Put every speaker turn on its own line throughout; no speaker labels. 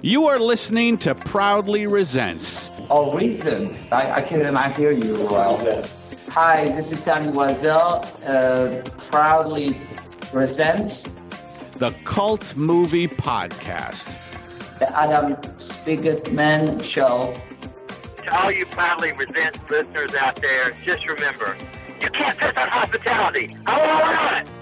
You are listening to Proudly Resents.
Oh, reason. I, I cannot hear you well. Hi, this is Danny Wazell, uh, proudly presents
the Cult Movie Podcast.
the Adam Spiegelman Show.
To all you proudly resent listeners out there, just remember, you can't piss on hospitality. I want it.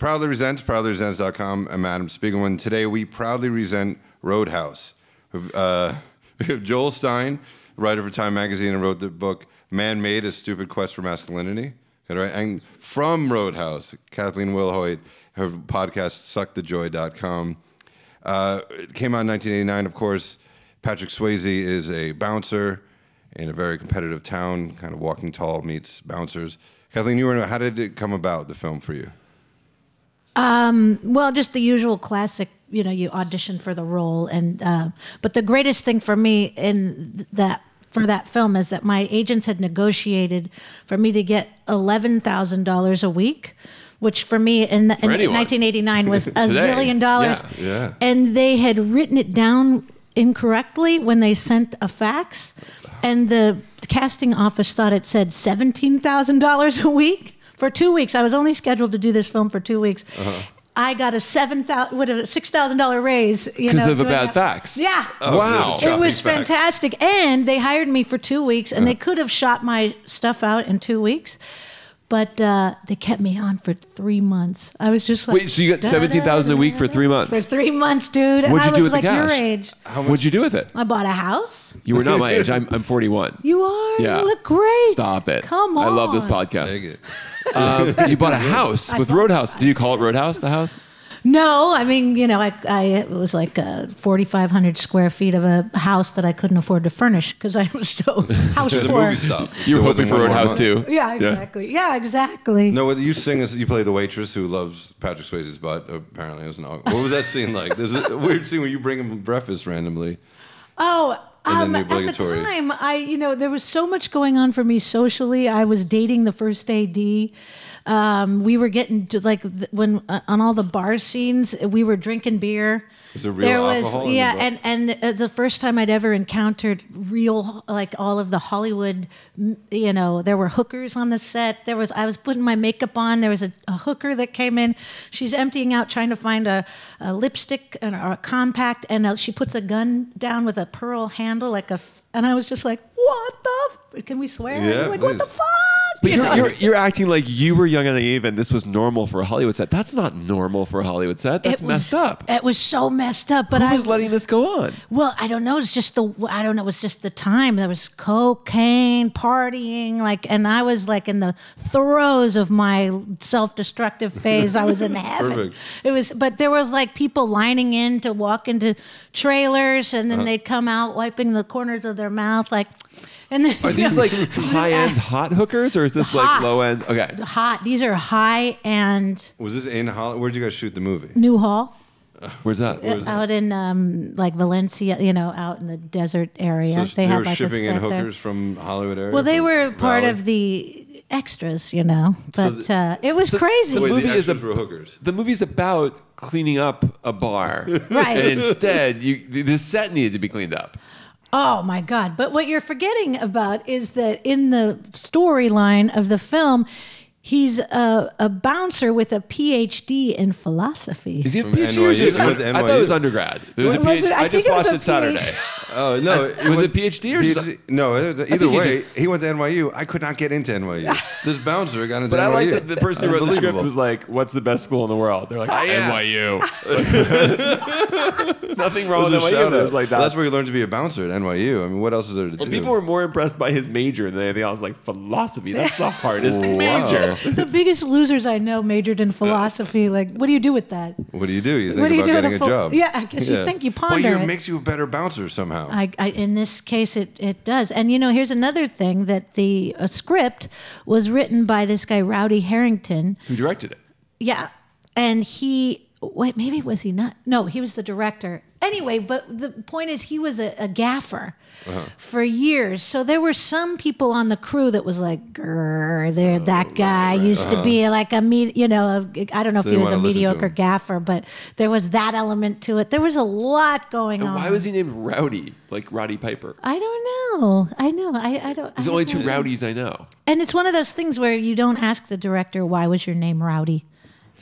Proudly Resents, proudlyresents.com. I'm Adam Spiegelman. Today we proudly resent Roadhouse. Uh, we have Joel Stein, writer for Time Magazine, and wrote the book Man Made A Stupid Quest for Masculinity. All right. And from Roadhouse, Kathleen Wilhoit, her podcast suckthejoy.com. Uh, it came out in 1989, of course. Patrick Swayze is a bouncer in a very competitive town, kind of walking tall meets bouncers. Kathleen, you were in, how did it come about, the film for you?
Well, just the usual classic. You know, you audition for the role, and uh, but the greatest thing for me in th- that for that film is that my agents had negotiated for me to get eleven thousand dollars a week, which for me in, the, in
anyone.
1989 was a
Today.
zillion dollars.
Yeah, yeah.
And they had written it down incorrectly when they sent a fax, and the casting office thought it said seventeen thousand dollars a week for two weeks. I was only scheduled to do this film for two weeks.
Uh-huh.
I got a seven thousand, what a six thousand dollar raise
Because
because
of a bad fax. Oh.
Yeah.
Wow.
good.
It was
Chopping facts.
fantastic. And they hired me for two weeks, and they could have shot my stuff out in two weeks, but uh, they kept me on for three months. I was just like,
Wait, so you got 17,000 a week for three months?
For three months, dude. and
What'd you
I
do
was
with
like
the cash?
your age.
What'd you do with it?
I bought a house.
You were not my age. I'm, I'm 41.
You are.
Yeah.
You look great.
Stop it.
Come on.
I love this
Dig
podcast.
it.
Um, you bought a house with
bought-
Roadhouse. Did you call it Roadhouse, the house?
No, I mean, you know, I, I it was like uh, 4,500 square feet of a house that I couldn't afford to furnish because I was so house
It's a
poor.
movie stop.
You
There
were hoping
wasn't
for
one more
Roadhouse
month.
too.
Yeah, exactly. Yeah, exactly.
No, what you sing is you play the waitress who loves Patrick Swayze's butt. Apparently, it was not. What was that scene like? There's a weird scene where you bring him breakfast randomly.
Oh,
And then
um,
the
at the
obligatory-
time, I you know there was so much going on for me socially. I was dating the first AD. Um, we were getting to, like th- when uh, on all the bar scenes, we were drinking beer.
Was there real alcohol in the
yeah,
bar?
and and uh, the first time I'd ever encountered real like all of the Hollywood, m- you know, there were hookers on the set. There was I was putting my makeup on. There was a, a hooker that came in. She's emptying out, trying to find a, a lipstick and or a compact, and uh she puts a gun down with a pearl handle, like a. F- and I was just like, what the? F-? Can we swear?
Yeah,
like
please.
what the fuck?
But
You
you're,
know?
you're, you're acting like you were young and naive and this was normal for a Hollywood set. That's not normal for a Hollywood set. That's
It
messed
was-
up.
It was so messed up. But
Who
I
was letting this go on?
Well, I don't know. It's just the I don't know. It was just the time. There was cocaine, partying, like, and I was like in the throes of my self-destructive phase. I was in heaven.
Perfect.
It was, but there was like people lining in to walk into trailers, and then
Uh-huh.
they'd come out wiping the corners of their mouth, like, and then
Are these like high end hot hookers or is this like
Hot.
low end? Okay.
hot. These are high-end
Was this in Hollywood? Where'd you guys shoot the movie?
Newhall.
Where's that? Where's that?
Out in um, like Valencia, you know, out in the desert area,
So they,
had
were
like
shipping
a
in
set there.
hookers from Hollywood area.
Well, they
from
were part
Valley?
of the extras, you know, but
the-
uh, it was crazy.
Wait,
movie
the
is
extras
a-
were hookers.
the movie's about cleaning up a bar,
Right.
And instead, you the the set needed to be cleaned up.
oh my God. But what you're forgetting about is that in the storyline of the film, he's a, a bouncer with a PhD in philosophy.
Is he a
From
PhD?
NYU?
Or is he-
He went to
I thought it was
NYU.
undergrad. It was a
What was
PhD.
it? I
I,
think
just
it was
watched
a
it Saturday.
Oh no!
it was a PhD or something.
No, it- either
he
way, he went to NYU. I could not get into NYU. this bouncer got into
But
NYU.
I like that the person who wrote the script
Unbelievable.
was like, "What's the best school in the world?" They're like, NYU. Nothing wrong
Those
with
are
NYU.
shout
but It was
outs.
like
Well,
that.
That's where you learn to be a bouncer at NYU. I mean, what else is there to do?
People were more impressed by his major than anything else. Like philosophy, that's the hardest
Wow.
major.
the biggest losers I know majored in philosophy. Like, what do you do with that?
What do you do? You Uh, think
What do you
about
do with
getting a
a full-
job.
Yeah, I guess you think you ponder
Well, it
it.
makes you a better bouncer somehow.
I, I, in this case, it, it does. And you know, here's another thing that the uh, script was written by this guy, Rowdy Harrington.
Who directed it?
Yeah. And he, wait, maybe was he not? No, he was the director. Anyway, but the point is, he was a, a gaffer
Uh-huh.
for years. So there were some people on the crew that was like, "Grr, there,
Oh,
that guy used to be like a me, you know, I I don't know if
uh-huh. they
he was
wanna
a
listen to
mediocre
him.
gaffer, but there was that element to it. There was a lot going on.
Why was he named Rowdy, like Roddy Piper?
I don't know. I know. I, I don't.
There's
I
only
don't
two
know.
rowdies I know.
And it's one of those things where you don't ask the director why was your name Rowdy.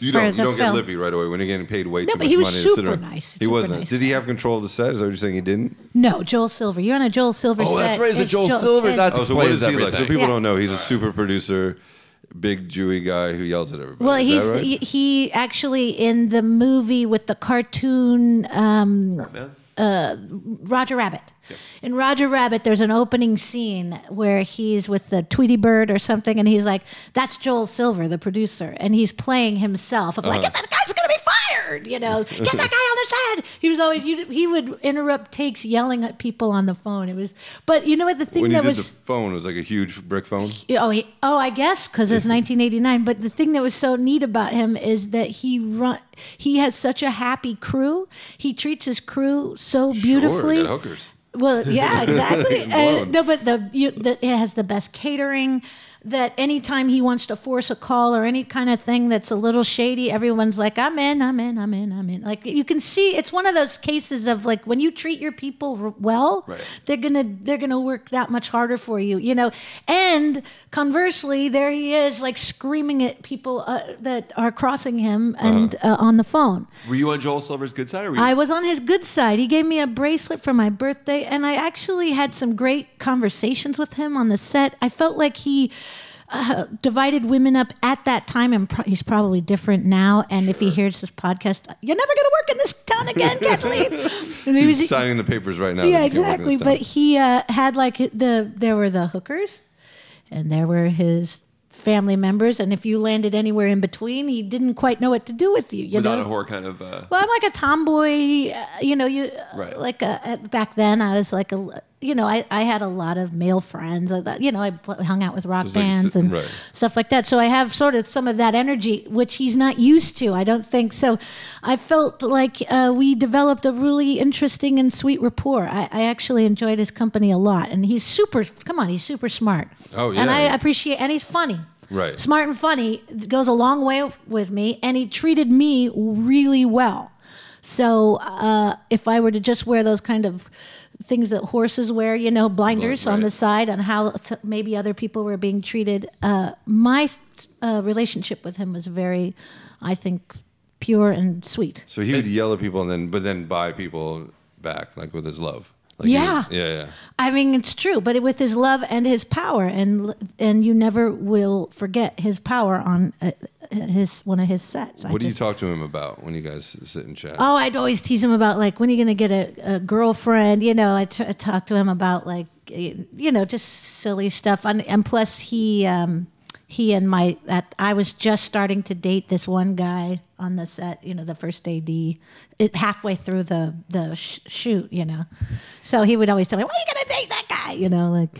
You
for
don't,
the
you don't get
film.
lippy right away when you're getting paid way
No,
too
but
much
he was
money. to
super
sit around.
nice,
He
super
wasn't.
nice
Did he have control of the set? Is that what you're saying? He didn't.
No, Joel Silver. You're on a Joel Silver
Oh,
set.
that's right. It's a Joel Silver.
it's-
That's-
Oh, so what is
Explains
he like? So
everything.
people
Yeah.
don't know. He's a super producer, big Jewy guy who yells at everybody.
well,
Is
he's
that right?
he, he actually in the movie with the cartoon um, Roger Rabbit. In Roger Rabbit, there's an opening scene where he's with the Tweety Bird or something, and he's like, "That's Joel Silver, the producer," and he's playing himself of
Uh-huh.
like, "Get "That guy's gonna be fired," you know, "Get that guy on the set." He was always you, he would interrupt takes yelling at people on the phone. It was, but you know what the thing
when he
that
did
was
the phone, it was like a huge brick phone.
Oh, he, oh, I guess because
Mm-hmm.
it's 1989. But the thing that was so neat about him is that he run, he has such a happy crew. He treats his crew so beautifully.
Sure, that hookers.
Well, yeah, exactly.
Blown.
Uh, no, but the, you, the it has the best catering. That anytime he wants to force a call or any kind of thing that's a little shady, everyone's like, "I'm in, I'm in, I'm in, I'm in." Like you can see, it's one of those cases of like when you treat your people r- well, they're gonna they're gonna work that much harder for you, you know. And conversely, there he is, like screaming at people uh, that are crossing him and uh on the phone.
Were you on Joel Silver's good side? Or were you
I was on his good side. He gave me a bracelet for my birthday, and I actually had some great conversations with him on the set. I felt like he uh, divided women up at that time, and pro- he's probably different now. And if he hears this podcast, you're never going to work in this town again, Kathleen. And he
He's
was-
signing the papers right now.
yeah,
that he can't work in
exactly.
this town.
But he uh, had like the there were the hookers, and there were his family members, and if you landed anywhere in between, he didn't quite know what to do with you. You
not
know,
a whore kind of? Uh,
well, I'm like a tomboy, uh, you know. You
Right.
like uh at, back then, I was like a, you know, I, I had a lot of male friends. I thought, you know, I pl- hung out with rock
it's like
bands
si-
and
right.
stuff like that. So I have sort of some of that energy, which he's not used to. I don't think so. I felt like uh, we developed a really interesting and sweet rapport. I, I actually enjoyed his company a lot, and he's super. Come on, he's super smart.
Oh,
and
yeah.
I appreciate, and he's funny.
Right.
Smart and funny goes a long way with me, and he treated me really well. So uh, if I were to just wear those kind of things that horses wear, you know, blinders on the side on how s- maybe other people were being treated, uh, my uh, relationship with him was very, I think, pure and sweet.
so he would yell at people and then, but then buy people back like with his love. Like he
Yeah.
would- yeah, yeah.
I mean, it's true, but with his love and his power, and and you never will forget his power on uh, his one of his sets. I
What do you
just-
talk to him about when you guys sit and chat?
Oh, I'd always tease him about like when are you gonna get a, a girlfriend? You know, I t- I talk to him about like you know just silly stuff. And, and plus, he um, he and my that I was just starting to date this one guy on the set. You know, the first AD it, halfway through the the sh- shoot. You know, so he would always tell me, "When are you gonna date that guy?" You know, like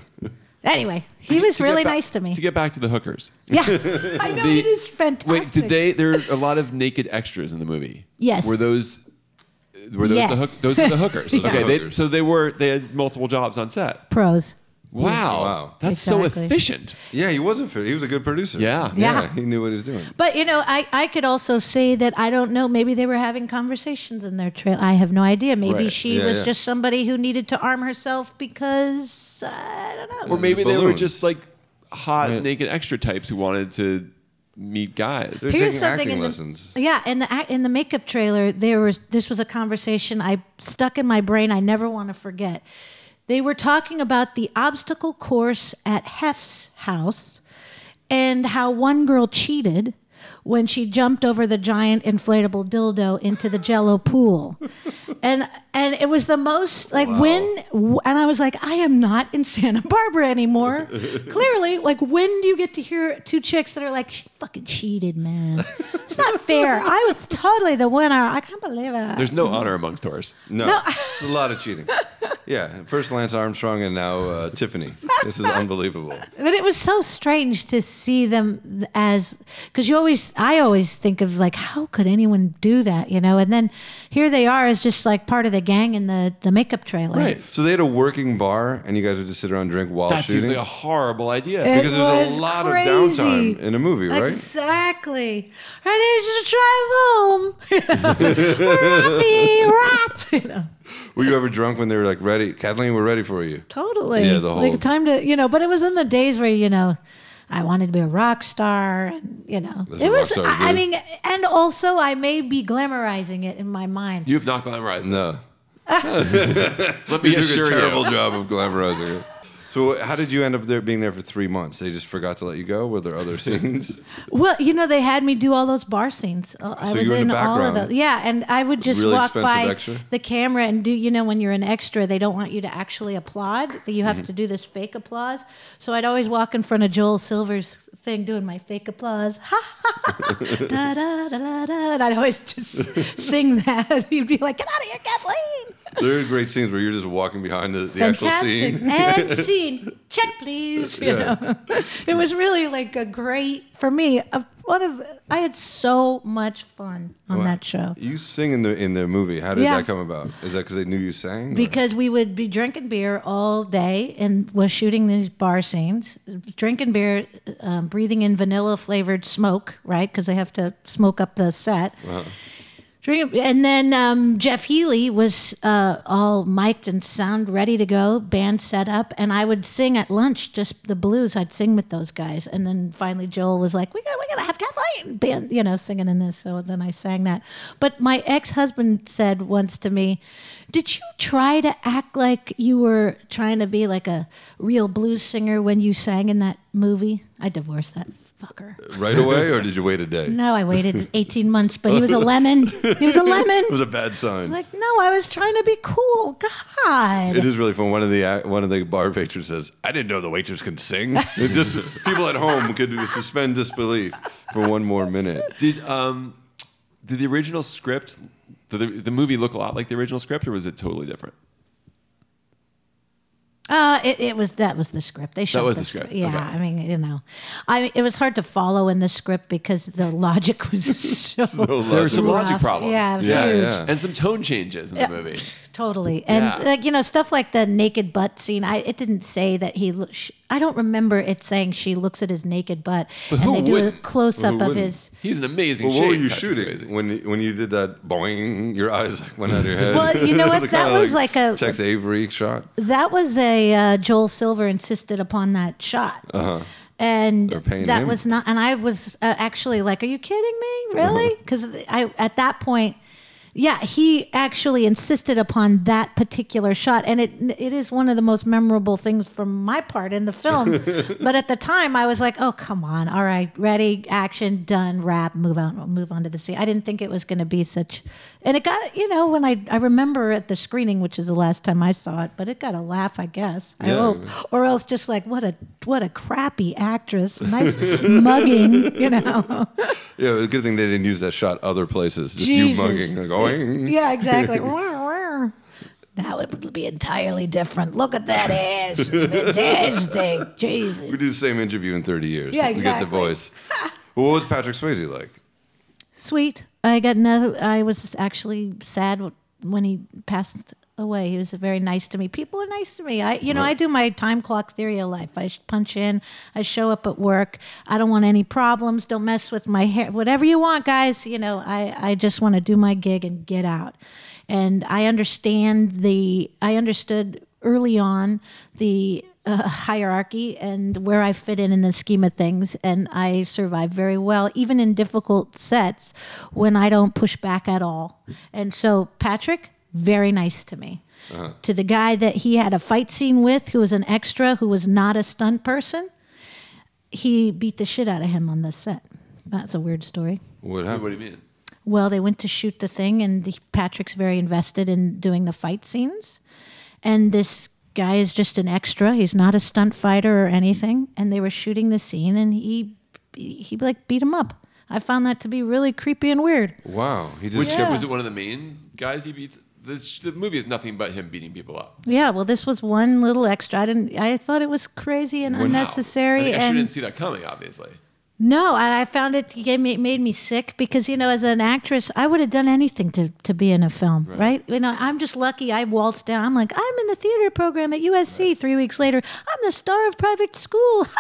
anyway, he was
to get
really
back-
nice to me.
To get back to the hookers.
yeah, I know
The-
it is fantastic.
Wait, did they? There are a lot of naked extras in the movie.
Yes.
Were those? Were those the
Yes.
hook, Those are the hookers.
Those are the
Okay. They,
hookers.
so they were. They had multiple jobs on set.
pros?
Wow.
Wow.
That's so
Exactly.
efficient.
yeah, he was a fit. He was a good producer.
Yeah.
yeah,
Yeah.
He knew what he was doing.
But you know, I, I could also say that I don't know. Maybe they were having conversations in their trail. I have no idea. Maybe
Right.
she
Yeah,
was
yeah.
just somebody who needed to arm herself because I don't know.
Or maybe they were
Balloons.
just like hot
Right.
naked extra types who wanted to meet guys.
They're
Here's
taking
something
acting
in the-
lessons.
Yeah, in the ac- in the makeup trailer, there was this was a conversation I stuck in my brain. I never want to forget. They were talking about the obstacle course at Hef's house, and how one girl cheated when she jumped over the giant inflatable dildo into the Jello pool, and and it was the most like when and I was like, I am not in Santa Barbara anymore. Clearly, like when do you get to hear two chicks that are like, she fucking cheated, man. It's not fair. I was totally the winner. I can't believe it.
There's no honor amongst horse.
No, it's a lot of cheating. Yeah, first Lance Armstrong and now uh, Tiffany. This is unbelievable.
But it was so strange to see them th- as because you always, I always think of like, how could anyone do that, you know? And then here they are as just like part of the gang in the the makeup trailer.
Right.
So they had a working bar, and you guys would just sit around and drink while
That seems
shooting.
like a horrible idea.
It
because there's
was
a lot
crazy.
of downtime in a movie, right?
Exactly. I need you to drive home. Rappy, rap. You know,
Were you ever drunk when they were like, "Ready, Kathleen, we're ready for you"?
totally.
Yeah, the whole-
like time to you know. But it was in the days where you know. I wanted to be a rock star, and you know,
That's what
it
rock
was.
stars
I, I
do.
mean, and also, I may be glamorizing it in my mind.
You have not glamorized. it.
No,
Let me
you did a
assure
terrible
you.
job of glamorizing it. So how did you end up there being there for three months? They just forgot to let you go. Were there other scenes?
Well, you know, they had me do all those bar scenes. Uh, I
So
was
you were in the
all of
background.
those. Yeah, and I would just
Really
walk
expensive
by
extra?
the camera and do. You know, when you're an extra, they don't want you to actually applaud. That you have
Mm-hmm.
to do this fake applause. So I'd always walk in front of Joel Silver's thing, doing my fake applause. Ha ha ha, ha da da da da da. And I'd always just sing that. He'd be like, "Get out of here, Kathleen!"
there are great scenes where you're just walking behind the, the actual
Fantastic.
scene.
and scene. Check, please. You know, it was really like a great for me. A, one of I had so much fun on that show
You sing in the in the movie. How did
Yeah.
that come about? Is that because they knew you sang? or-
because we would be drinking beer all day and was shooting these bar scenes, drinking beer, um, breathing in vanilla flavored smoke, right? Because they have to smoke up the set. Drink- And then um, Jeff Healy was uh, all mic'd and sound ready to go, band set up, and I would sing at lunch just the blues. I'd sing with those guys, and then finally Joel was like, "We got, we gotta have Kathleen band, you know, singing in this." So then I sang that. But my ex-husband said once to me, "Did you try to act like you were trying to be like a real blues singer when you sang in that movie?" I divorced that fucker.
right away, or did you wait a day?
No, I waited 18 months, but he was a lemon. He was a lemon.
It was a bad sign.
Like, no, I was trying to be cool. God.
It is really fun. One of the uh, one of the bar patrons says, "I didn't know the waitress could sing." It just people at home could suspend disbelief for one more minute.
Did um, did the original script, did the, the movie look a lot like the original script, or was it totally different?
Uh, it, it was that was the script. They showed
was the script.
Yeah,
Okay.
I mean, you know, I it was hard to follow in the script because the logic was so
There were some
rough.
logic problems.
Yeah, it was
Yeah,
huge.
yeah.
and some tone changes in the movie.
Totally. And
Yeah.
like you know stuff like the naked butt scene. I it didn't say that he lo- sh I don't remember it saying she looks at his naked butt
But
and
who
they do a
wouldn't?
close up
Who
of
wouldn't?
his
He's an amazing.
Well, what were
shape.
you
That's
shooting
crazy.
when when you did that boing? Your eyes like went out of your head.
Well, you know
It
what?
was
That
kinda
was like a-
Tex Avery shot.
That was a uh, Joel Silver insisted upon that shot. And
Uh-huh. They're paying
that
him.
was not, and I was uh, actually like, "Are you kidding me? Really?"
Uh-huh.
Because I at that point, yeah, he actually insisted upon that particular shot, and it it is one of the most memorable things from my part in the film. but at the time, I was like, "Oh, come on! All right, ready, action, done, wrap, move on, move on to the scene." I didn't think it was going to be such, and it got you know when I I remember at the screening, which is the last time I saw it, but it got a laugh, I guess. I
Yeah.
hope, or else just like what a what a crappy actress, nice mugging, you know.
Yeah, it was a good thing they didn't use that shot other places. Just
Jesus.
you mugging, like, boing.
Yeah, exactly. Now it would be entirely different. Look at that ass. It's fantastic. Jesus.
We do the same interview in thirty years.
Yeah,
We get the
exactly.
voice. well, what was Patrick Swayze like?
Sweet. I got no I was actually sad when he passed away. He was very nice to me. People are nice to me. I you know, I do my time clock theory of life. I sh- punch in, I show up at work. I don't want any problems. Don't mess with my hair. Whatever you want, guys, you know, I I just want to do my gig and get out. And I understand the I understood early on the uh, hierarchy and where I fit in in the scheme of things. And I survive very well, even in difficult sets when I don't push back at all. And so, Patrick, very nice to me. To the guy that he had a fight scene with, who was an extra, who was not a stunt person, he beat the shit out of him on the set. That's a weird story.
What
What
happened?
do you mean?
Well, they went to shoot the thing, and the, Patrick's very invested in doing the fight scenes. And this guy is just an extra. He's not a stunt fighter or anything. And they were shooting the scene, and he he like beat him up. I found that to be really creepy and weird.
Wow, he just
Which
kept
Yeah.
was it? One of the main guys he beats this, the movie is nothing but him beating people up.
Yeah, well, this was one little extra. I didn't. I thought it was crazy and
I,
unnecessary.
think I sure
and
didn't see that coming, obviously.
no, I, I found it gave me it made me sick because you know, as an actress, I would have done anything to to be in a film, right? You know, I'm just lucky. I waltzed down. I'm like, I'm in the theater program at USC. Three weeks later, I'm the star of Private School.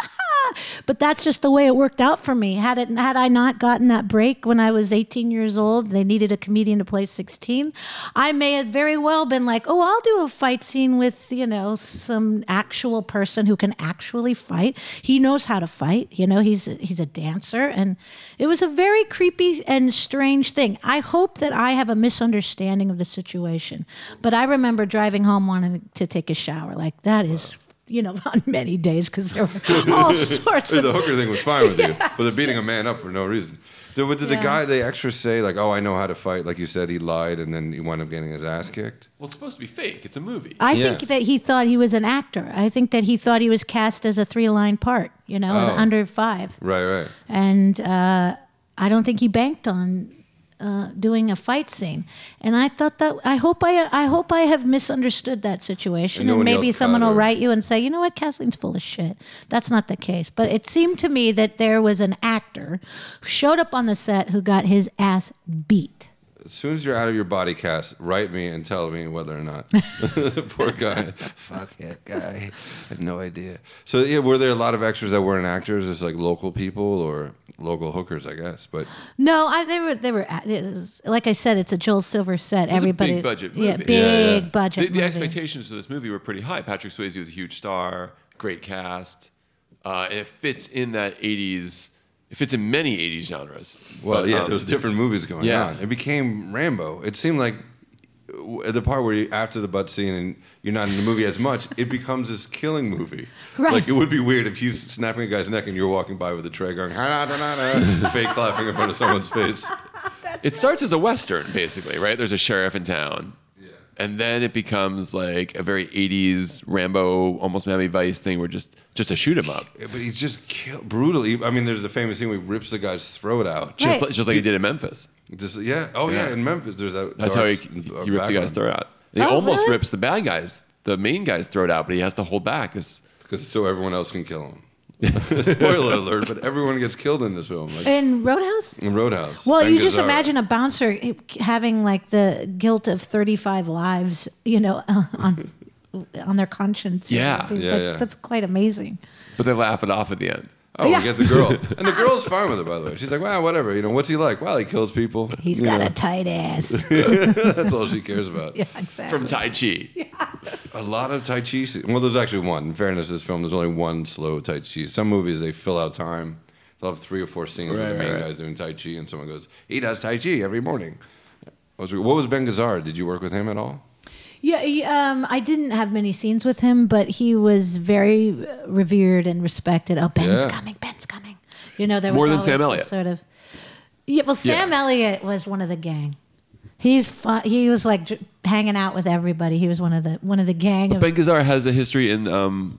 but that's just the way it worked out for me. Had it had I not gotten that break when I was 18 years old, they needed a comedian to play 16. I may have very well been like, oh, I'll do a fight scene with you know some actual person who can actually fight. He knows how to fight. You know, he's he's a dancer, and it was a very creepy and strange thing. I hope that I have a misunderstanding of the situation, but I remember driving home wanting to take a shower. Like that is. You know, on many days because there were all sorts
the
of
hooker thing was fine with you, but they're beating a man up for no reason. Did, what did the
Yeah.
guy, the extra, say like, "Oh, I know how to fight"? Like you said, he lied, and then he wound up getting his ass kicked.
Well, it's supposed to be fake. It's a movie.
I
Yeah.
think that he thought he was an actor. I think that he thought he was cast as a three line part, you know, as
Oh.
under five.
Right, right.
And uh, I don't think he banked on uh, doing a fight scene. And I thought that I hope I I hope I have misunderstood that situation.
And no
And,
one
maybe
yelled
someone
cut
will
or-
write you and say, you know what, Kathleen's full of shit. That's not the case. But it seemed to me that there was an actor who showed up on the set who got his ass beat.
As soon as you're out of your body cast, write me and tell me whether or not. Poor guy. Fuck that guy. I had no idea. So yeah, were there a lot of extras that weren't actors? It's like local people or local hookers, I guess. But
No, I they were they were it was- like I said, it's a Joel Silver set.
was a
Everybody
big budget
yeah,
movie.
big
Yeah, yeah.
budget.
the, the
movie.
expectations for this movie were pretty high. Patrick Swayze was a huge star, great cast, uh, and it fits in that '80s. It fits in many '80s genres.
well,
But,
yeah,
um,
there was different movies going
yeah.
on. It became Rambo. It seemed like w- the part where you after the butt scene and you're not in the movie as much, it becomes this killing movie.
Right.
Like it would be weird if he's snapping a guy's neck and you're walking by with a tray going ha da da da, fake clapping in front of someone's face.
It starts as a western, basically, right? There's a sheriff in town. And then it becomes like a very '80s Rambo, almost Miami Vice thing, where just just a shoot 'em up,
But he's just kill- brutally. I mean, there's the famous scene where he rips the guy's throat out.
just,
Right.
like, just like he did in Memphis.
Just yeah. Oh yeah. In Memphis, there's that.
That's
dark
how
s-
he, he
uh,
ripped the guy's
background.
throat out. And he
Oh,
almost
really?
rips the bad guys, the main guy's throat out, but he has to hold back. It's,
because so everyone else can kill him. Spoiler alert! But everyone gets killed in this film, like
in Roadhouse.
in Roadhouse.
Eh.
uh,
Well,
Ben
you just
Gazzara.
imagine a bouncer having like the guilt of thirty-five lives, you know, on on their conscience.
Yeah.
That-
Yeah, yeah.
that's quite amazing.
but they laugh it off at the end.
Oh,
Yeah.
we get the girl, and the girl's fine with it. By the way, she's like, "Wow, whatever. You know, what's he like? Wow, he kills people.
He's
You
got
know,
a tight ass.
that's all she cares about."
yeah, exactly.
Oh.
From Tai Chi.
A lot of Tai Chi. se- Well, there's actually one. In fairness, to this film there's only one slow Tai Chi. Some movies they fill out time. They'll have three or four scenes where
Right,
the main
right.
guy's doing Tai Chi, and someone goes, "He does Tai Chi every morning." What was, what was Ben Gazzara? Did you work with him at all?
Yeah, he, um, I didn't have many scenes with him, but he was very revered and respected. Oh, Ben's
Yeah.
coming, Ben's coming. You know, there
More
was
than
always
Sam
this
Elliott.
Sort of. Yeah, well, Sam Elliott was one of the gang. He's fun. He was like j- hanging out with everybody. He was one of the one of the gang. Of,
Ben Gazzara has a history in, um,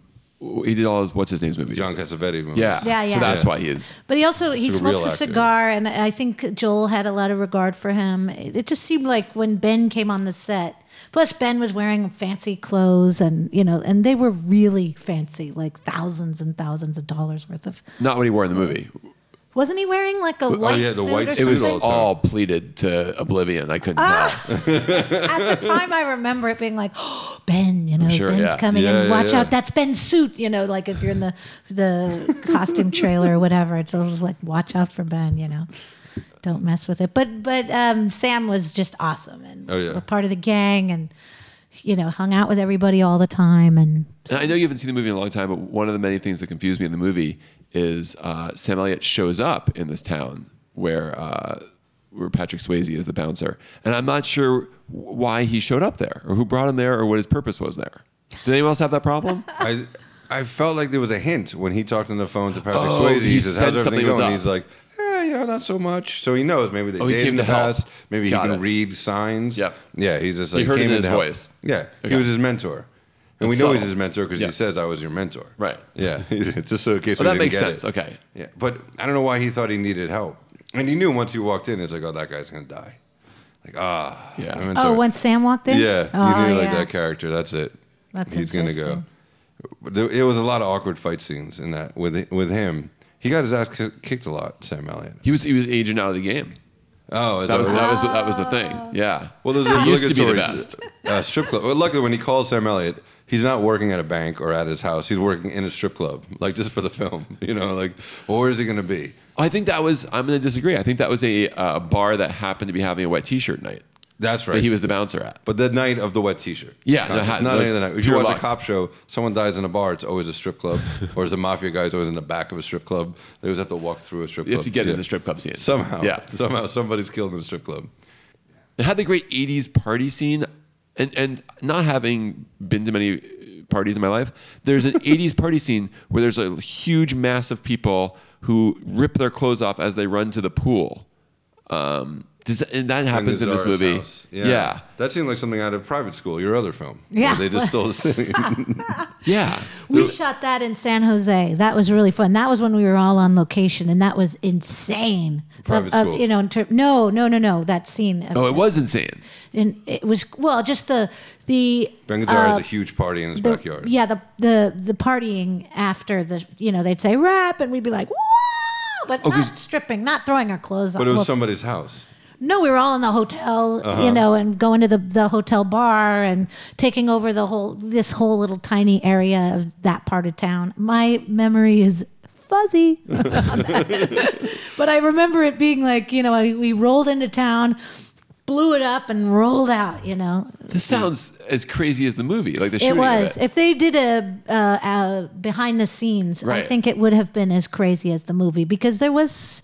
he did all his, what's his name's movies?
John Cassavetes movies.
Yeah.
Yeah, yeah.
So that's
Yeah.
why he is.
but he also he
He's a real
smokes a
actor.
cigar, and I think Joel had a lot of regard for him. It just seemed like when Ben came on the set. Plus, Ben was wearing fancy clothes, and you know, and they were really fancy, like thousands and thousands of dollars worth of
Not what he wore in the movie.
Wasn't he wearing like a white
yeah, the
suit
white
or
suit
It was
all the
something?
time.
all pleated to oblivion. I couldn't
Ah.
tell.
At the time, I remember it being like, oh, Ben, you know,
sure,
Ben's
yeah.
coming
Yeah,
and
yeah,
watch
yeah.
out, that's Ben's suit, you know, like if you're in the the costume trailer or whatever. It's always like, watch out for Ben, you know. Don't mess with it. But but um, Sam was just awesome and
Oh,
was
yeah.
a part of the gang and you know hung out with everybody all the time and
And I know you haven't seen the movie in a long time, but one of the many things that confused me in the movie is uh, Sam Elliott shows up in this town where uh, where Patrick Swayze is the bouncer, and I'm not sure why he showed up there, or who brought him there, or what his purpose was there. Did anyone else have that problem?
I I felt like there was a hint when he talked on the phone to Patrick
Oh,
Swayze. He,
he
says,
said
"How's
something
everything
was
going?"
up.
He's like, "Eh, you know, not so much." So he knows maybe they
Oh, he
dated
came
in the
to help.
past. Maybe
Got
he
it.
can read signs.
Yep.
Yeah, he's just like
heard it
came to
in his
help.
voice.
Yeah,
Okay.
he was his mentor, and we
That's
know he's
subtle.
his mentor because
Yeah.
he says, "I was your mentor."
Right.
Yeah, just so in case
Well,
we didn't
that
get
makes sense.
it.
Okay.
Yeah, but I don't know why he thought he needed help, and he knew once he walked in, it's like, "Oh, that guy's gonna die." Like ah,
Yeah.
I'm into
Oh,
it.
once Sam walked in.
Yeah,
oh,
you knew like
yeah.
that character. That's it.
That's
He's gonna go.
interesting.
But there- It was a lot of awkward fight scenes in that with with him. He got his ass ki- kicked a lot, Sam Elliott.
He was he was aging out of the game.
Oh, is
That was
what it
that was that was the thing. Yeah.
Well, there's
He used to be the
obligatory
best.
Uh, strip club. Well, luckily, when he calls Sam Elliott, he's not working at a bank or at his house. He's working in a strip club, like just for the film. You know, like, well, where is he going to be?
I think that was. I'm going to disagree. I think that was a uh, bar that happened to be having a wet T-shirt night
That's right.
that he was the bouncer at.
But the night of the wet T-shirt.
Yeah,
Not-
the
it's
hat-
not any
that's
other night. If you
pure
watch
luck.
a cop show, someone dies in a bar. It's always a strip club, or as a mafia guy, it's always in the back of a strip club. They always have to walk through a strip
You
club.
have to get
Yeah.
in the strip club scene
somehow.
Yeah.
somehow somebody's killed in a strip club.
It had the great '80s party scene, and and not having been to many uh, parties in my life, there's an '80s party scene where there's a huge mass of people who rip their clothes off as they run to the pool. Um, does that, and that happens in this
Zara's
movie.
house.
Yeah.
Yeah.
yeah,
that seemed like something out of Private School, your other film. where
Yeah. Uh,
they just stole the city.
We shot that in San Jose. That was really fun. That was when we were all on location, and that was insane.
Private
Of- of,
school.
you know, in ter- no, no, no, no. That scene. Of,
Oh, it was insane.
and it was well, just the the
Ben Gazzara
uh,
has a huge party in his
the-
backyard.
Yeah, the the the partying after the you know they'd say rap, and we'd be like. Whoa! But
Oh, 'cause-
not stripping, not throwing our clothes on.
But it was Uh-huh.
Well,
somebody's house.
No, we were all in the hotel, you know, and going to the, the hotel bar and taking over the whole this whole little tiny area of that part of town. My memory is fuzzy, on that. but I remember it being like you know I, we rolled into town, blew it up, and rolled out. You know,
This sounds as crazy as the movie. Like the
it
shooting of
was. If they did a, uh uh behind the scenes, I
Right.
think it would have been as crazy as the movie because there was.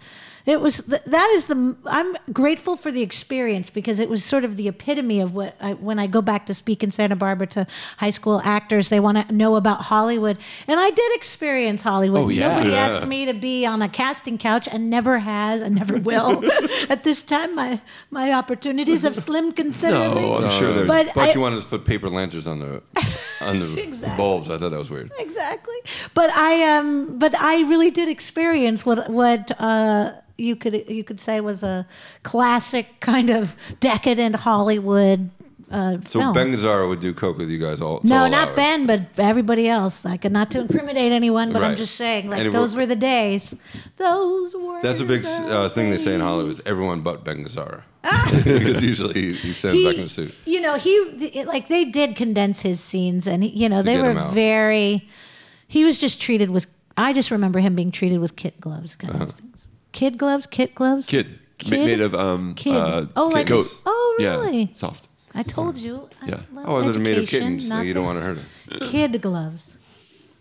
It was th- that is the I'm grateful for the experience because it was sort of the epitome of what I, when I go back to speak in Santa Barbara to high school actors they want to know about Hollywood and I did experience Hollywood.
Oh, yeah.
Nobody
Yeah.
asked me to be on a casting couch and never has and never will. At this time, my my opportunities have slimmed considerably.
I'm sure there's-
But
but
I-
you wanted to put paper lanterns on the on the
Exactly.
bulbs. I thought that was weird.
exactly. But I um, but I really did experience what what uh, you could you could say was a classic kind of decadent Hollywood. Uh,
So
film.
Ben Gazzara would do coke with you guys all. till
No,
all
not
hours.
Ben, but everybody else. Like, not to incriminate anyone, but I'm
Right.
just saying, like,
And it
those
will-
were the days. Those were.
That's a big
the
uh, thing they say in
days.
Hollywood: is everyone but Ben Gazzara. Because usually he, he sends back in the suit.
You know, Ah. he it- like they did condense his scenes, and you know they
get
were
him out.
very. He was just treated with. I just remember him being treated with kid gloves, kind
Uh-huh.
of things. Kid gloves, kit gloves,
kid, Ma-
Kid?
made of um
Kid.
Uh,
Oh, like-
goat.
oh,
Yeah,
really?
soft.
I told you. I
Yeah.
love
Oh, they're made of
education,
kittens. so you don't want
nothing.
to hurt him.
Kid gloves.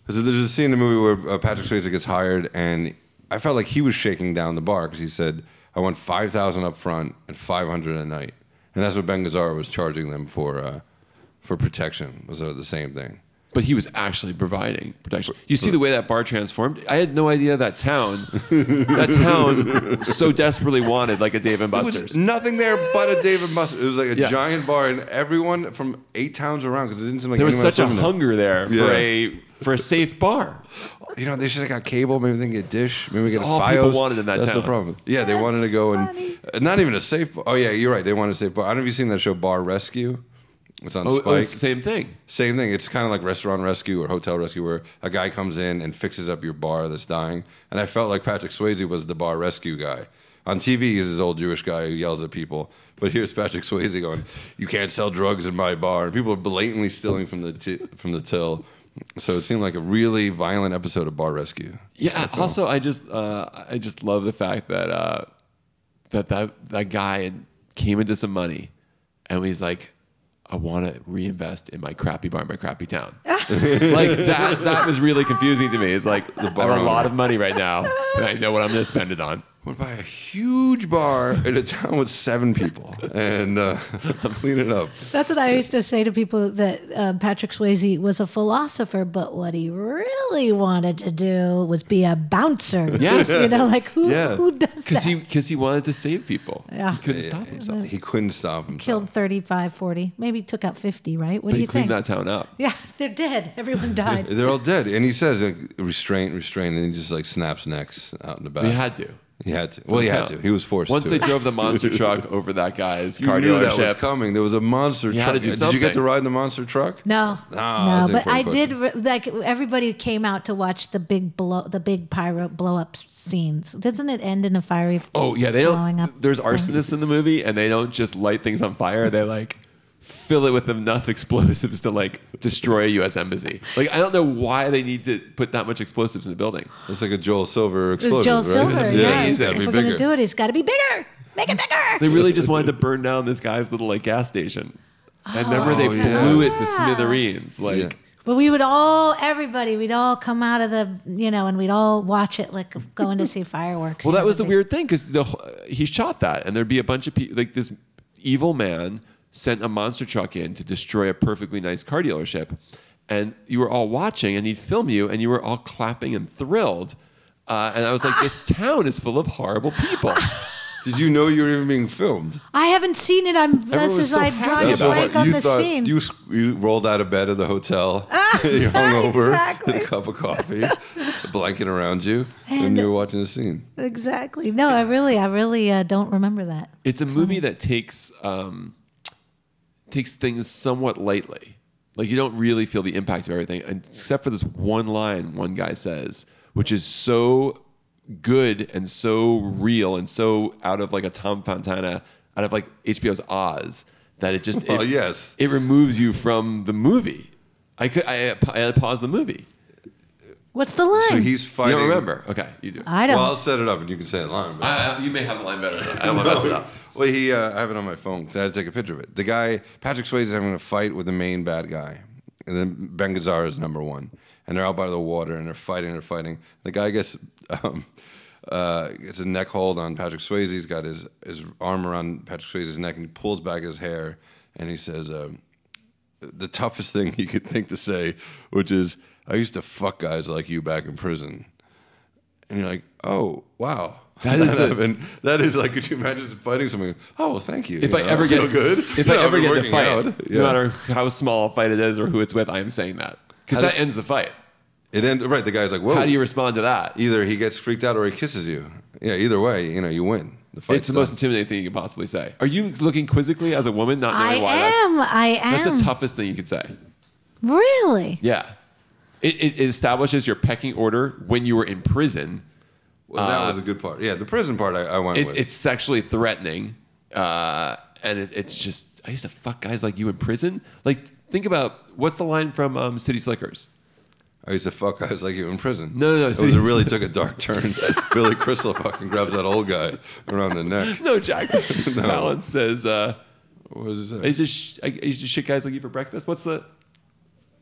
So there's a scene in the movie where uh, Patrick Swayze gets hired, and I felt like he was shaking down the bar because he said, "I want five thousand up front and five hundred a night," and that's what Ben Gazzara was charging them for uh, for protection. Was uh, the same thing.
But he was actually providing protection. You see the way that bar transformed. I had no idea that town, that town, so desperately wanted like a Dave and
There was
Buster's.
nothing there but a David Mustard. It was like a
Yeah.
giant bar, and everyone from eight towns around because it didn't seem like
There was
anyone
such a
else owned it.
hunger there
Yeah.
for a for a safe bar.
You know, they should have got cable. Maybe they can get dish. Maybe we get a
all people
Fios.
wanted in that
That's
town.
the problem. Yeah, they wanted to go
funny.
and uh, not even a safe. bar. Oh yeah, you're right. They wanted a safe bar. I don't know if you've seen that show Bar Rescue. It's on
Oh, it
Spike.
was the same thing.
Same thing. It's kind of like restaurant rescue or hotel rescue, where a guy comes in and fixes up your bar that's dying. And I felt like Patrick Swayze was the bar rescue guy. On TV, he's this old Jewish guy who yells at people. But here's Patrick Swayze going, "You can't sell drugs in my bar." And people are blatantly stealing from the t- from the till. So it seemed like a really violent episode of Bar Rescue.
Yeah. Also, I just uh, I just love the fact that uh, that that that guy came into some money, and he's like, I want to reinvest in my crappy bar, in my crappy town. like that that was really confusing to me. It's like I
bar
have a lot
owner.
of money right now, and I know what I'm going to spend it on.
Would buy a huge bar in a town with seven people and uh, clean it up.
That's what I used to say to people that uh, Patrick Swayze was a philosopher, but what he really wanted to do was be a bouncer.
Yes.
you know, like who
Yeah.
who does that?
Because he because he wanted to save people.
Yeah.
He couldn't stop himself.
He couldn't stop himself.
killed 35, 40, maybe took out 50, right? What
But
do
he
you
cleaned
think?
that town up.
Yeah, they're dead. Everyone died.
They're all dead. And he says, like, restraint, restraint. And he just like snaps necks out in the back.
He had to.
He had to. Well, he had
town.
to. He was forced.
Once
to.
they drove the monster truck over that guy's
you
car
knew that
dealership.
was coming. There was a monster
You had
truck.
to do
Did you get to
something.
ride in the monster truck?
No,
Ah, that's
no,
an
but I
important
did re- like everybody who came out to watch the big blow, the big pyro blow up scenes. Doesn't it end in a fiery?
Oh yeah, they
blowing
don't.
up
There's
thing?
arsonists in the movie, and they don't just light things on fire. They like fill it with enough explosives to like destroy a U.S. embassy. Like I don't know why they need to put that much explosives in the building.
It's like a Joel Silver
It
explosion.
was Joel
right?
Silver.
It was
Yeah,
amazing.
if
That'd be
we're
bigger.
gonna do it, it's got to be bigger. Make it
They
bigger.
really just wanted to burn down this guy's little like gas station. And remember, they
Oh, yeah.
blew it to smithereens. Like
Yeah.
but we would all, everybody, we'd all come out of the, you know, and we'd all watch it like going to see fireworks.
Well,
you
that
know,
was the
big-
weird thing because the wh- he shot that, and there'd be a bunch of people like this evil man sent a monster truck in to destroy a perfectly nice car dealership, and you were all watching, and he'd film you, and you were all clapping and thrilled, uh, and I was like, this town is full of horrible people.
Did you know you were even being filmed?
I haven't seen it. I'm this
was
is
so
Oh, I
happy
drawing a
about it.
blank on
you
the scene. Ah,
You, s- you rolled out of bed at the hotel. you hung over
exactly.
with a cup of coffee, a blanket around you, and,
And-
you were watching the scene.
exactly. No, I really, I really uh, don't remember that.
It's a movie that takes um, takes things somewhat lightly. Like you don't really feel the impact of everything, and- except for this one line one guy says, which is so good and so real and so out of like a Tom Fontana, out of like HBO's Oz, that it just
Well,
it,
yes.
it removes you from the movie. I could I, I had to pause the movie.
What's the line?
So he's
You
fighting.
don't remember? Okay, you do.
I don't.
Well, I'll set it up and you can say it line. But
I- I- you may have a line better. Than that. I don't want to mess it up.
Well, he, uh, I have it on my phone. I had to take a picture of it. The guy, Patrick Swayze, is having a fight with the main bad guy. And then Ben Gazzara is number one. And they're out by the water and they're fighting, they're fighting. The guy gets, um, uh, gets a neck hold on Patrick Swayze. He's got his, his arm around Patrick Swayze's neck and he pulls back his hair and he says, um, the toughest thing he could think to say, which is, I used to fuck guys like you back in prison. And you're like, oh, wow. That
is the-
happened. That is like, could you imagine fighting someone? Oh, well, thank you.
If
you
I
know,
ever get
feel good,
if
You know,
I
I've
ever
been
get in a
working
fight,
out.
no
Yeah.
matter how small a fight it is or who it's with, I am saying that because that ends the fight.
it ends right. The guy's like, whoa.
How do you respond to that?
either he gets freaked out or he kisses you. Yeah, either way, you know, you win. The fight.
It's the most intimidating thing you can possibly say. Are you looking quizzically as a woman, not
I
knowing why?
am. I am.
That's, that's the toughest thing you could say.
Really?
Yeah, it, it, it establishes your pecking order when you were in prison.
Well, that was a good part. Yeah, the prison part I, I went
uh, It,
with.
it's sexually threatening, uh, and it, it's just I used to fuck guys like you in prison. Like think about what's the line from um, City Slickers?
I used to fuck guys like you in prison.
No, no, no,
it, was,
see-
it really took a dark turn. Billy Crystal fucking grabs that old guy around the neck.
No, Jack Palance says. Uh,
What was it? say?
I just sh- I, I used to shit guys like you for breakfast. What's the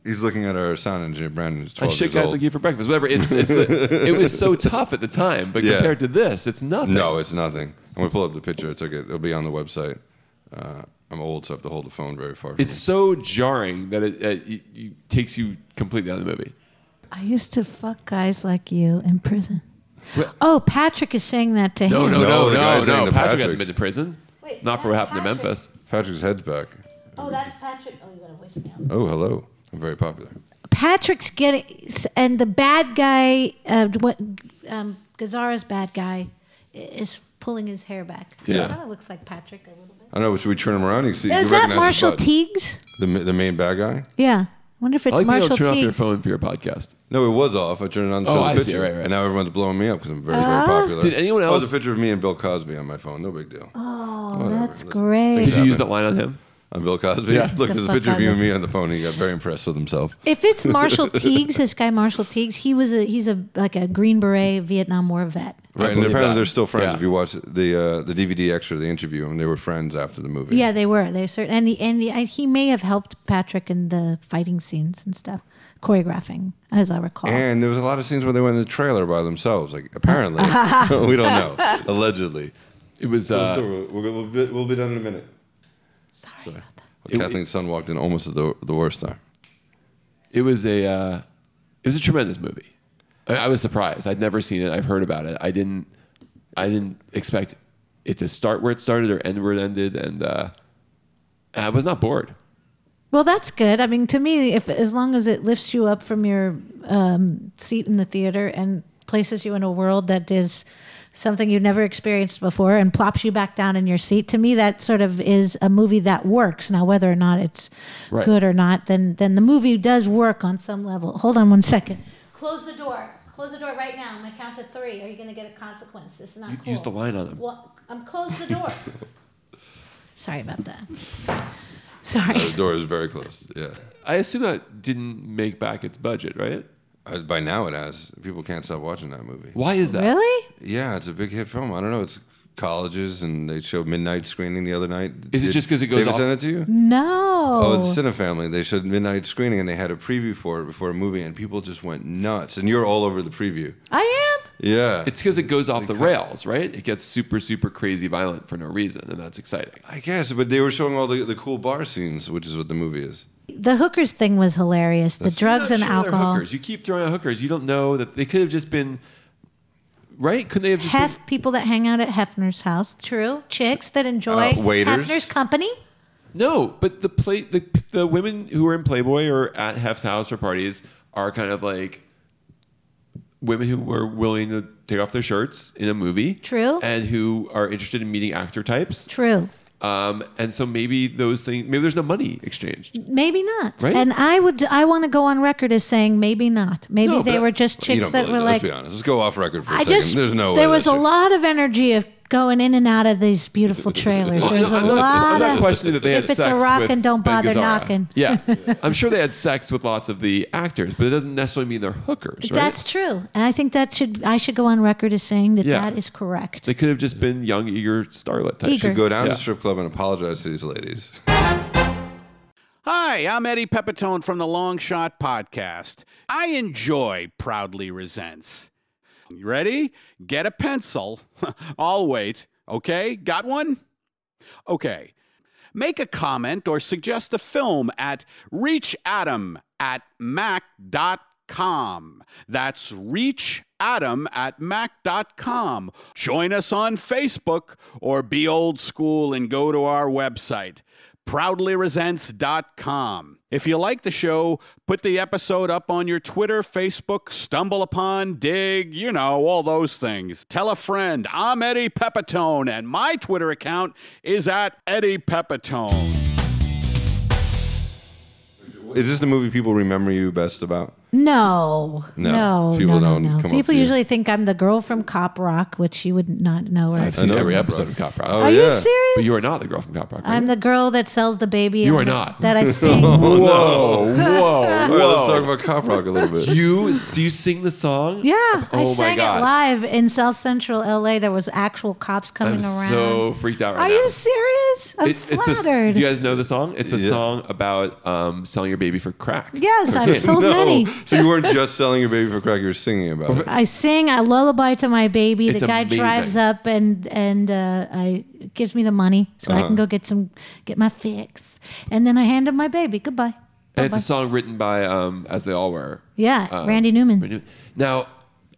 He's looking at our sound engineer Brandon. who's
I
12
shit
years
guys
old.
like you for breakfast? Whatever. It's it's the, it was so tough at the time, but
Yeah.
compared to this, it's nothing.
No, it's nothing. I'm gonna pull up the picture. I took it. It'll be on the website. Uh, I'm old, so I have to hold the phone very far. From
it's so jarring that it, it, it, you- takes you completely out of the movie.
I used to fuck guys like you in prison.
What?
Oh, Patrick is saying that to him.
No, no,
No,
no,
the
no,
guy's
no.
into
Patrick
Patrick's.
hasn't been to prison.
Wait,
Not for what
that's
happened in
Patrick.
Memphis.
Patrick's head's back.
Oh, that's Patrick. Oh, you're gonna waste me. out.
Oh, hello. I'm very popular.
Patrick's getting, and the bad guy, uh, what, um, Gazzara's bad guy, is pulling his hair back.
Yeah.
kind of looks like Patrick a little bit.
I don't know. Should we turn him around? You can see.
Is
you
that
recognize his
Marshall
butt.
Teagues?
The, ma- the main bad guy?
Yeah, I wonder if it's
I like
Marshall
you don't turn off your
Teagues.
phone for your podcast.
No, it was off. I turned it on. to
Oh,
show the
I see.
picture.
Right, right.
And now everyone's blowing me up because I'm very,
Ah.
very popular.
Did anyone
Oh, there's
else-
a picture of me and Bill Cosby on my phone. No big deal.
Oh, that's
Listen.
great.
Did you
Yeah,
use
but-
that line on him?
I'm Bill Cosby.
Yeah.
Look,
The
there's a
fuck
picture of you
I
and me on the phone. He got very impressed with himself.
If it's Marshall Teagues, this guy Marshall Teagues, he was a he's a like a Green Beret Vietnam War vet.
Right, and
believe
apparently
that.
they're still friends.
Yeah.
If you watch the uh, the DVD extra, the interview, and they were friends after the movie.
Yeah, they were. They certain and he, and, the, and he may have helped Patrick in the fighting scenes and stuff, choreographing, as I recall.
And there was a lot of scenes where they went in the trailer by themselves. Like apparently, we don't know. Allegedly,
It was. Uh,
we'll, we'll be, we'll be done in a minute.
Sorry, about that.
It-
Kathleen's son walked in almost at the, the worst time.
it was a uh, it was a tremendous movie. I, I was surprised. I'd never seen it. I've heard about it. I didn't I didn't expect it to start where it started or end where it ended, and uh, I was not bored.
Well, that's good. I mean, to me, if as long as it lifts you up from your um, seat in the theater and places you in a world that is something you've never experienced before and plops you back down in your seat. To me, that sort of is a movie that works. Now, whether or not it's
Right.
good or not, then then the movie does work on some level. Hold on one second. Close the door. Close the door right now. I'm gonna count to three. Are you gonna get a consequence? This is not
You
cool.
used a line on him.
Well, I'm close the door. Sorry about that. Sorry.
The door is very close. Yeah.
I assume that didn't make back its budget, right?
Uh, By now it has. People can't stop watching that movie.
Why is that?
Really?
Yeah, it's a big hit film. I don't know. It's colleges, and they showed midnight screening the other night.
Is it
Did
just 'cause it goes
David
off-
send it to you?
No.
Oh, it's Cine Family. They showed midnight screening, and they had a preview for it before a movie, and people just went nuts. And you're all over the preview.
I am.
Yeah,
It's because it goes off the rails, right? It gets super, super crazy violent for no reason, and that's exciting.
I guess, but they were showing all the, the cool bar scenes, which is what the movie is.
The hookers thing was hilarious. The drugs and
You're not sure they're
alcohol.
Hookers. You keep throwing out hookers. You don't know that they could have just been, right? Couldn't they have just
Hef people that hang out at Hefner's house. True. Chicks that enjoy
Uh, waiters.
Hefner's company.
been? No, but the play, the the women who are in Playboy or at Hef's house or parties are kind of like women who were willing to take off their shirts in a movie.
True.
And who are interested in meeting actor types.
True.
Um, and so maybe those things, maybe there's no money exchanged.
Maybe not.
Right?
And I would I want to go on record as saying maybe not. Maybe
No,
they
but-
were just
You
chicks
don't
that
believe
were
that.
like
Let's be honest. Let's go off record for a
I
second.
just
There's no.
there
way
was a
that's it.
lot of energy of going in and out of these beautiful trailers. There's a
I'm not- I'm
lot
not
of
questioning that they had
if it's a
sex
rock
with
and don't
Ben
bother
Gazzara.
knocking.
Yeah, I'm sure they had sex with lots of the actors, but it doesn't necessarily mean they're hookers, right?
That's true. And I think that should I should go on record as saying that
Yeah.
that is correct.
they could have just been young, eager starlet types.
Eager.
You go down
Yeah.
to strip club and apologize to these ladies.
Hi, I'm Eddie Pepitone from the Long Shot Podcast. I enjoy Proudly Resents. You ready? Get a pencil. I'll wait. Okay, got one? Okay. Make a comment or suggest a film at reachadam at mac.com. That's reachadam at mac.com. Join us on Facebook or be old school and go to our website, proudlyresents.com. If you like the show, put the episode up on your Twitter, Facebook, stumble upon, dig, you know, all those things. Tell a friend. I'm Eddie Pepitone, and my Twitter account is at Eddie Pepitone.
Is this the movie people remember you best about?
No,
No,
no, no,
people
no,
don't
no.
come up
People
to you.
usually think I'm the girl from Cop Rock, which you would not know. Or
I've seen
know
every
that,
episode
bro.
of Cop Rock.
Oh,
Are
yeah.
you serious?
But you are not the girl from Cop Rock. Right?
I'm the girl that sells the baby.
You
and
are not.
That I sing.
whoa, whoa,
All right, let's talk about Cop Rock a little bit.
you do you sing the song?
Yeah,
Oh
I
my
sang
God.
it live in South Central LA. There was actual cops
I'm
coming around.
so freaked out right
are
now.
you serious? I'm
It- it's this,
flattered.
do you guys know the song? It's a
Yeah.
song about um, selling your baby for crack.
yes, I've
Okay.
sold many.
So you weren't just selling your baby for crack, you were singing about it.
I sing a lullaby to my baby.
It's
the guy
amazing.
drives up and and uh, I gives me the money so
Uh-huh.
I can go get some get my fix, and then I hand him my baby. Goodbye.
And it's
Bye-bye.
a song written by, um, as they all were.
Yeah,
um,
Randy Newman.
Randy- Now,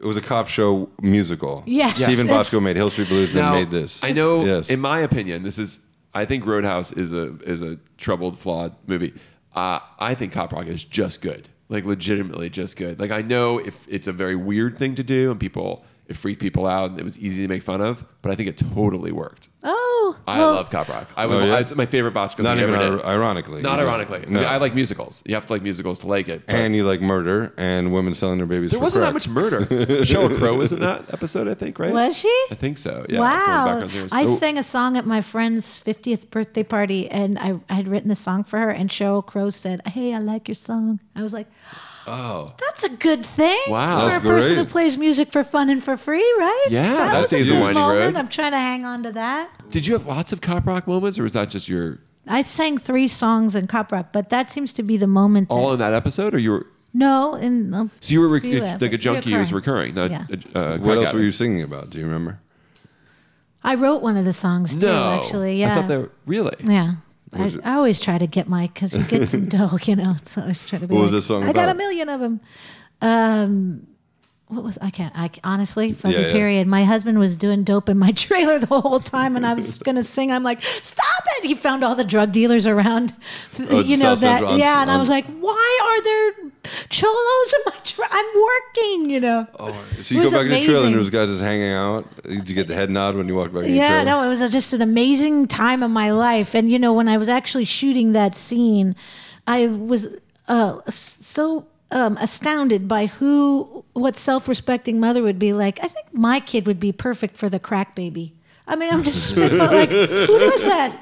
It was a cop show musical.
Yes. Yes.
Stephen
It's-
Bosco made Hill Street Blues, then
now,
made this.
I know.
Yes.
In my opinion, this is. I think Roadhouse is a is a troubled, flawed movie. Uh, I think Cop Rock is just good, like legitimately just good. Like I know if it's a very weird thing to do and people it freaked people out and it was easy to make fun of, but I think it totally worked.
Oh,
I
well,
love Cop Rock. I would,
Oh, yeah?
It's my favorite Botchko.
Not
movie
even
ever
ir-
did.
ironically.
Not
Because-
ironically.
No.
I like musicals. You have to like musicals to like it. but-
And you like murder and women selling their babies
there
for
wasn't
crack.
that much murder. Cheryl Crow was in that episode, I think, right?
Was she?
I think so. Yeah. so the
wow.
background singers-
I
Oh.
sang a song at my friend's 50th birthday party and I, I had written the song for her and Cheryl Crow said, Hey, I like your song. I was like, Oh, that's a good thing.
Wow.
For
That's
a person who
great.
plays music for fun and for free, right?
Yeah,
That,
that
was a
seems a
good
winding road.
moment. I'm trying to hang on to that.
Did you have lots of cop rock moments, or was that just your
I sang three songs in Cop Rock, but that seems to be the moment. that-
all in that episode, or you were
no, in a
so you were rec-
few
like a
episodes.
junkie who was recurring? Not
Yeah.
a, uh,
What
crack
else were you
addict.
singing about? Do you remember?
I wrote one of the songs too,
No,
actually. Yeah.
I thought they were, really.
Yeah. I,
Was it-
I always try to get my because you get some dough, you know. So I always try to be.
What was
like,
that song
I got a
about?
million of them. Um, what was I can't I honestly fuzzy
Yeah, yeah.
period. My husband was doing dope in my trailer the whole time, and I was gonna sing. I'm like, stop it! he found all the drug dealers around.
Oh,
you
in
know
South
that,
Central, on-
yeah. And I
on-
was like, why are there cholos in my? Tra- I'm working, you know. Oh,
So you go back to the trailer and there was guys just hanging out. Did you get the head nod when you walked back? in
yeah,
your trailer?
no, it was a- just an amazing time of my life. And you know, when I was actually shooting that scene, I was uh, s- so um, astounded by who, what self-respecting mother would be like. I think my kid would be perfect for the crack baby. I mean, I'm just you know, like, who does that?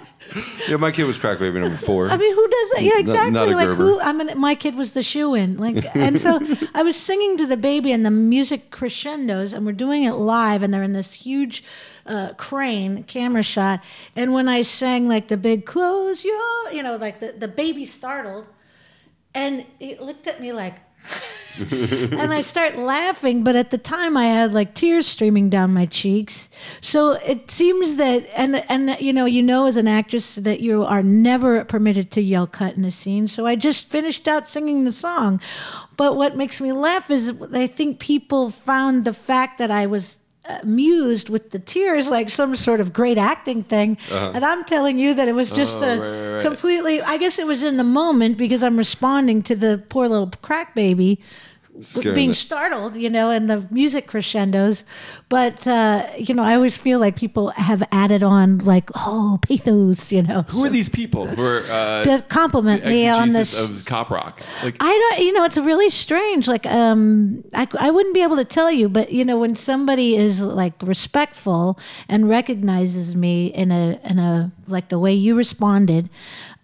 Yeah, my kid was crack baby number four.
I mean, who does that? Yeah,
Not-
exactly.
not a
like
Gerber.
who? I mean, my kid was the shoe in. Like, and so I was singing to the baby, and the music crescendos, and we're doing it live, and they're in this huge uh, crane camera shot. And when I sang like the big close your, you know, like the the baby startled, and it looked at me like. and I start laughing, but at the time I had like tears streaming down my cheeks. So it seems that, and and you know, you know as an actress that you are never permitted to yell cut in a scene. So I just finished out singing the song. But what makes me laugh is I think people found the fact that I was amused with the tears like some sort of great acting thing and i'm telling you that it was just a
Uh-huh. Oh, right, right, right.
completely i guess it was in the moment because i'm responding to the poor little crack baby
Scaring
being
the-
startled, you know, and the music crescendos. But uh, you know, I always feel like people have added on like, oh, pathos, you know.
Who are these people who are uh,
to compliment me on
exegesis
this
of cop rock? Like,
I don't, you know, it's really strange. Like, um, I, I wouldn't be able to tell you, but you know, when somebody is like respectful and recognizes me in a, in a, like the way you responded,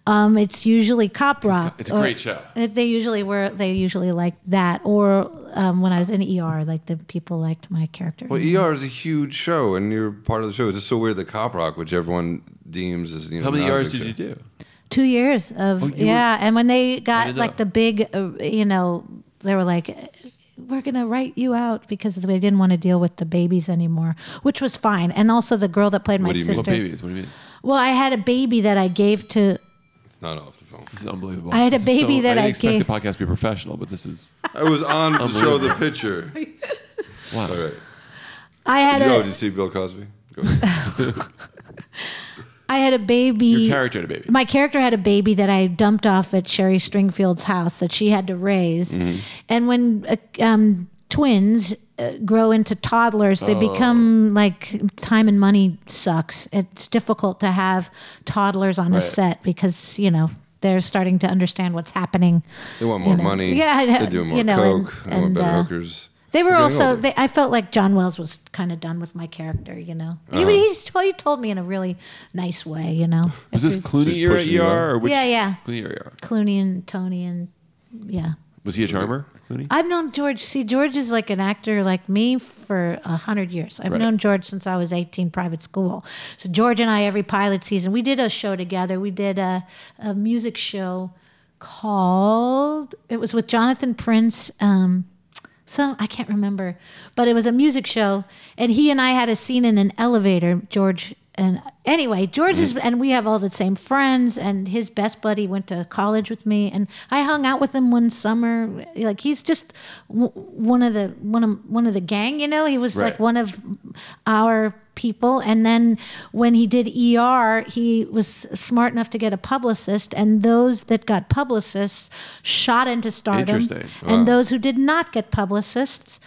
um, it's usually cop rock.
it's a great show.
They usually were, they usually like that. Or, um, when I was in ER, like the people liked my character.
Well, ER is a huge show, and you're part of the show. It's just so weird that Cop Rock, which everyone deems as you know,
how many
not a
yards
big
did you
show.
do?
Two years of yeah, and when they got
did
like
that-
the big, uh, you know, they were like, "We're gonna write you out" because they didn't want to deal with the babies anymore, which was fine. And also the girl that played my
What do you mean?
What
sister.
babies? What do you mean?
Well, I had a baby that I gave to.
It's not off the phone.
This is unbelievable.
I had a
This is
baby that
I didn't
I
expect
gave-
the podcast to be professional, but this is
I was on to show the picture.
wow.
All right.
I had
Yo,
a.
did you see Bill Cosby? Go ahead.
I had a baby.
Your character had a baby.
My character had a baby that I dumped off at Sherry Stringfield's house that she had to raise. And when uh, um, twins uh, grow into toddlers, they become like time and money sucks. It's difficult to have toddlers on a
Right.
set because, you know, they're starting to understand what's happening.
They want more
know.
money.
Yeah, I know.
they do more
You know, and-
coke. they want
and,
better
uh,
hookers.
They were
They're getting
also.
older.
They, I felt like John Wells was kind of done with my character, you know. Anyway, He, just told, he told me in a really nice way, you know.
Was this Clooney era
pushing you
ER or which?
Yeah, yeah.
Clooney era ER.
Clooney and Tony and yeah.
Was he a charmer? Clooney?
I've known George. See, George is like an actor like me for a hundred years. I've
Right.
known George since I was eighteen, private school. So George and I, every pilot season, we did a show together. We did a, a music show called. It was with Jonathan Prince. Um, some I can't remember, but it was a music show, and he and I had a scene in an elevator. George and anyway, George is, and we have all the same friends, and his best buddy went to college with me, and I hung out with him one summer. Like he's just w- one of the one of one of the gang, you know. He was like
Right.
one of our people, and then when he did ER, he was smart enough to get a publicist, and those that got publicists shot into stardom,
Interesting.
and those who did not get publicists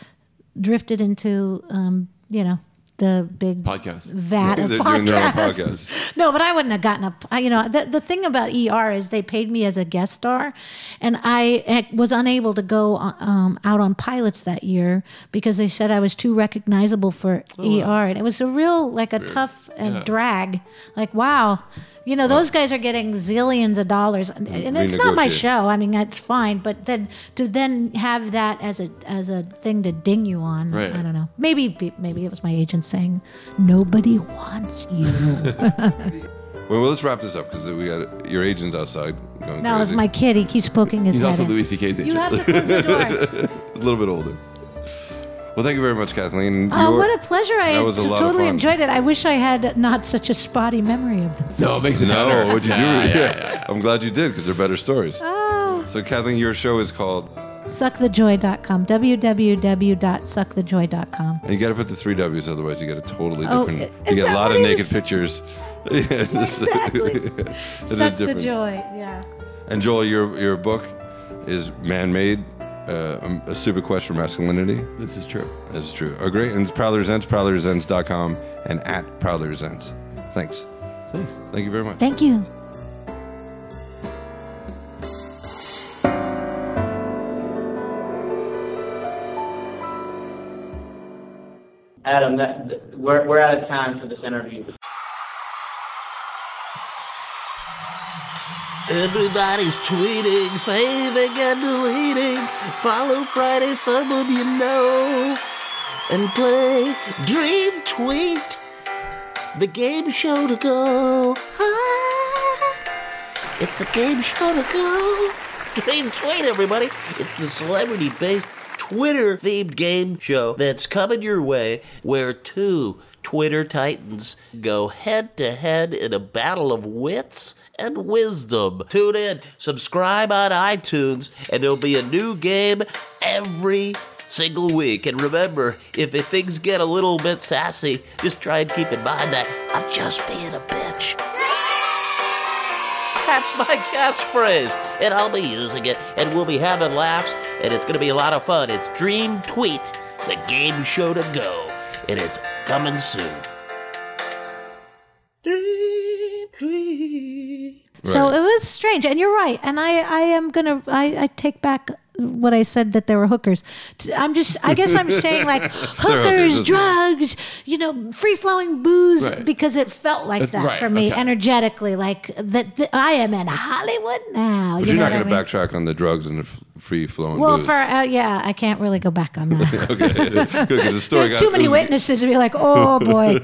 drifted into um, you know the big
Podcast.
vat of
They're doing their own
podcasts.
podcasts.
No, but I wouldn't have gotten up. I, you know, the, the thing about ER is they paid me as a guest star, and I eh, was unable to go um, out on pilots that year because they said I was too recognizable for
Oh,
ER, and it was a real like a tough and
Yeah.
drag. Like wow, you know, those guys are getting zillions of dollars, and, and it's not my
Mm, Renegotiate.
show. Oh, I mean, that's fine, but then to then have that as a as a thing to ding you on,
Right.
I don't know. Maybe maybe it was my agent saying, "Nobody wants you."
Well, well, let's wrap this up because we got your agents outside. Going
No, it's
crazy.
my kid. He keeps poking his
He's
head
also
in.
Louis C.K.'s agent.
You have to close the door.
a little bit older. Well, thank you very much, Kathleen.
oh,
Your-
what a pleasure! I
That was a lot of
totally
fun.
enjoyed it. I wish I had not such a spotty memory of them.
no, it makes it
No,
better.
what'd you do?
Yeah, yeah,
I'm glad you did because they're better stories.
Oh,
So, Kathleen, your show is called,
suckthejoy.com. www.suckthejoy.com.
and you got to put the three W's, otherwise you get a totally
Oh,
different.
is
you get a
that
lot of
what it
naked
is?
pictures Yeah, just-
Exactly.
is
Suck the
different.
joy. Yeah.
And Joel, your your book is man made. Uh, a stupid quest for masculinity.
This is true.
That's true. Oh, great. And it's Proudly Resents, proudlyresents.com, and at Proudly Resents. Thanks.
Thanks.
Thank you very much.
Thank you.
Adam, that, th- we're, we're out of time for this interview.
Everybody's tweeting, faving and deleting. Follow Friday, someone you know. And play Dream Tweet, the game show to go. Ah, it's the game show to go. Dream Tweet, everybody. It's the celebrity based Twitter themed game show that's coming your way where two Twitter titans go head to head in a battle of wits and wisdom. Tune in, subscribe on iTunes, and there'll be a new game every single week. And remember, if if things get a little bit sassy, just try and keep in mind that I'm just being a bitch. That's my catchphrase, and I'll be using it, and we'll be having laughs, and it's gonna be a lot of fun. It's Dream Tweet, the game show to go, and it's coming soon. Dream Tweet.
So it was strange, and you're right. And I, I am gonna, I, I take back what I said that there were hookers. T- I'm just, I guess I'm saying like
hookers,
hookers,
isn't
drugs, you know, free flowing booze,
Right.
because it felt like
That's
that
right,
for me
okay.
energetically. Like that, that I am in Hollywood now.
But
you
you're
know
not
what
going to
I mean?
backtrack on the drugs and the f- free flowing
Well,
booze.
for uh, yeah, I can't really go back on that.
okay, 'cause the story
There are
got
too many
it was-
witnesses to be like, oh boy,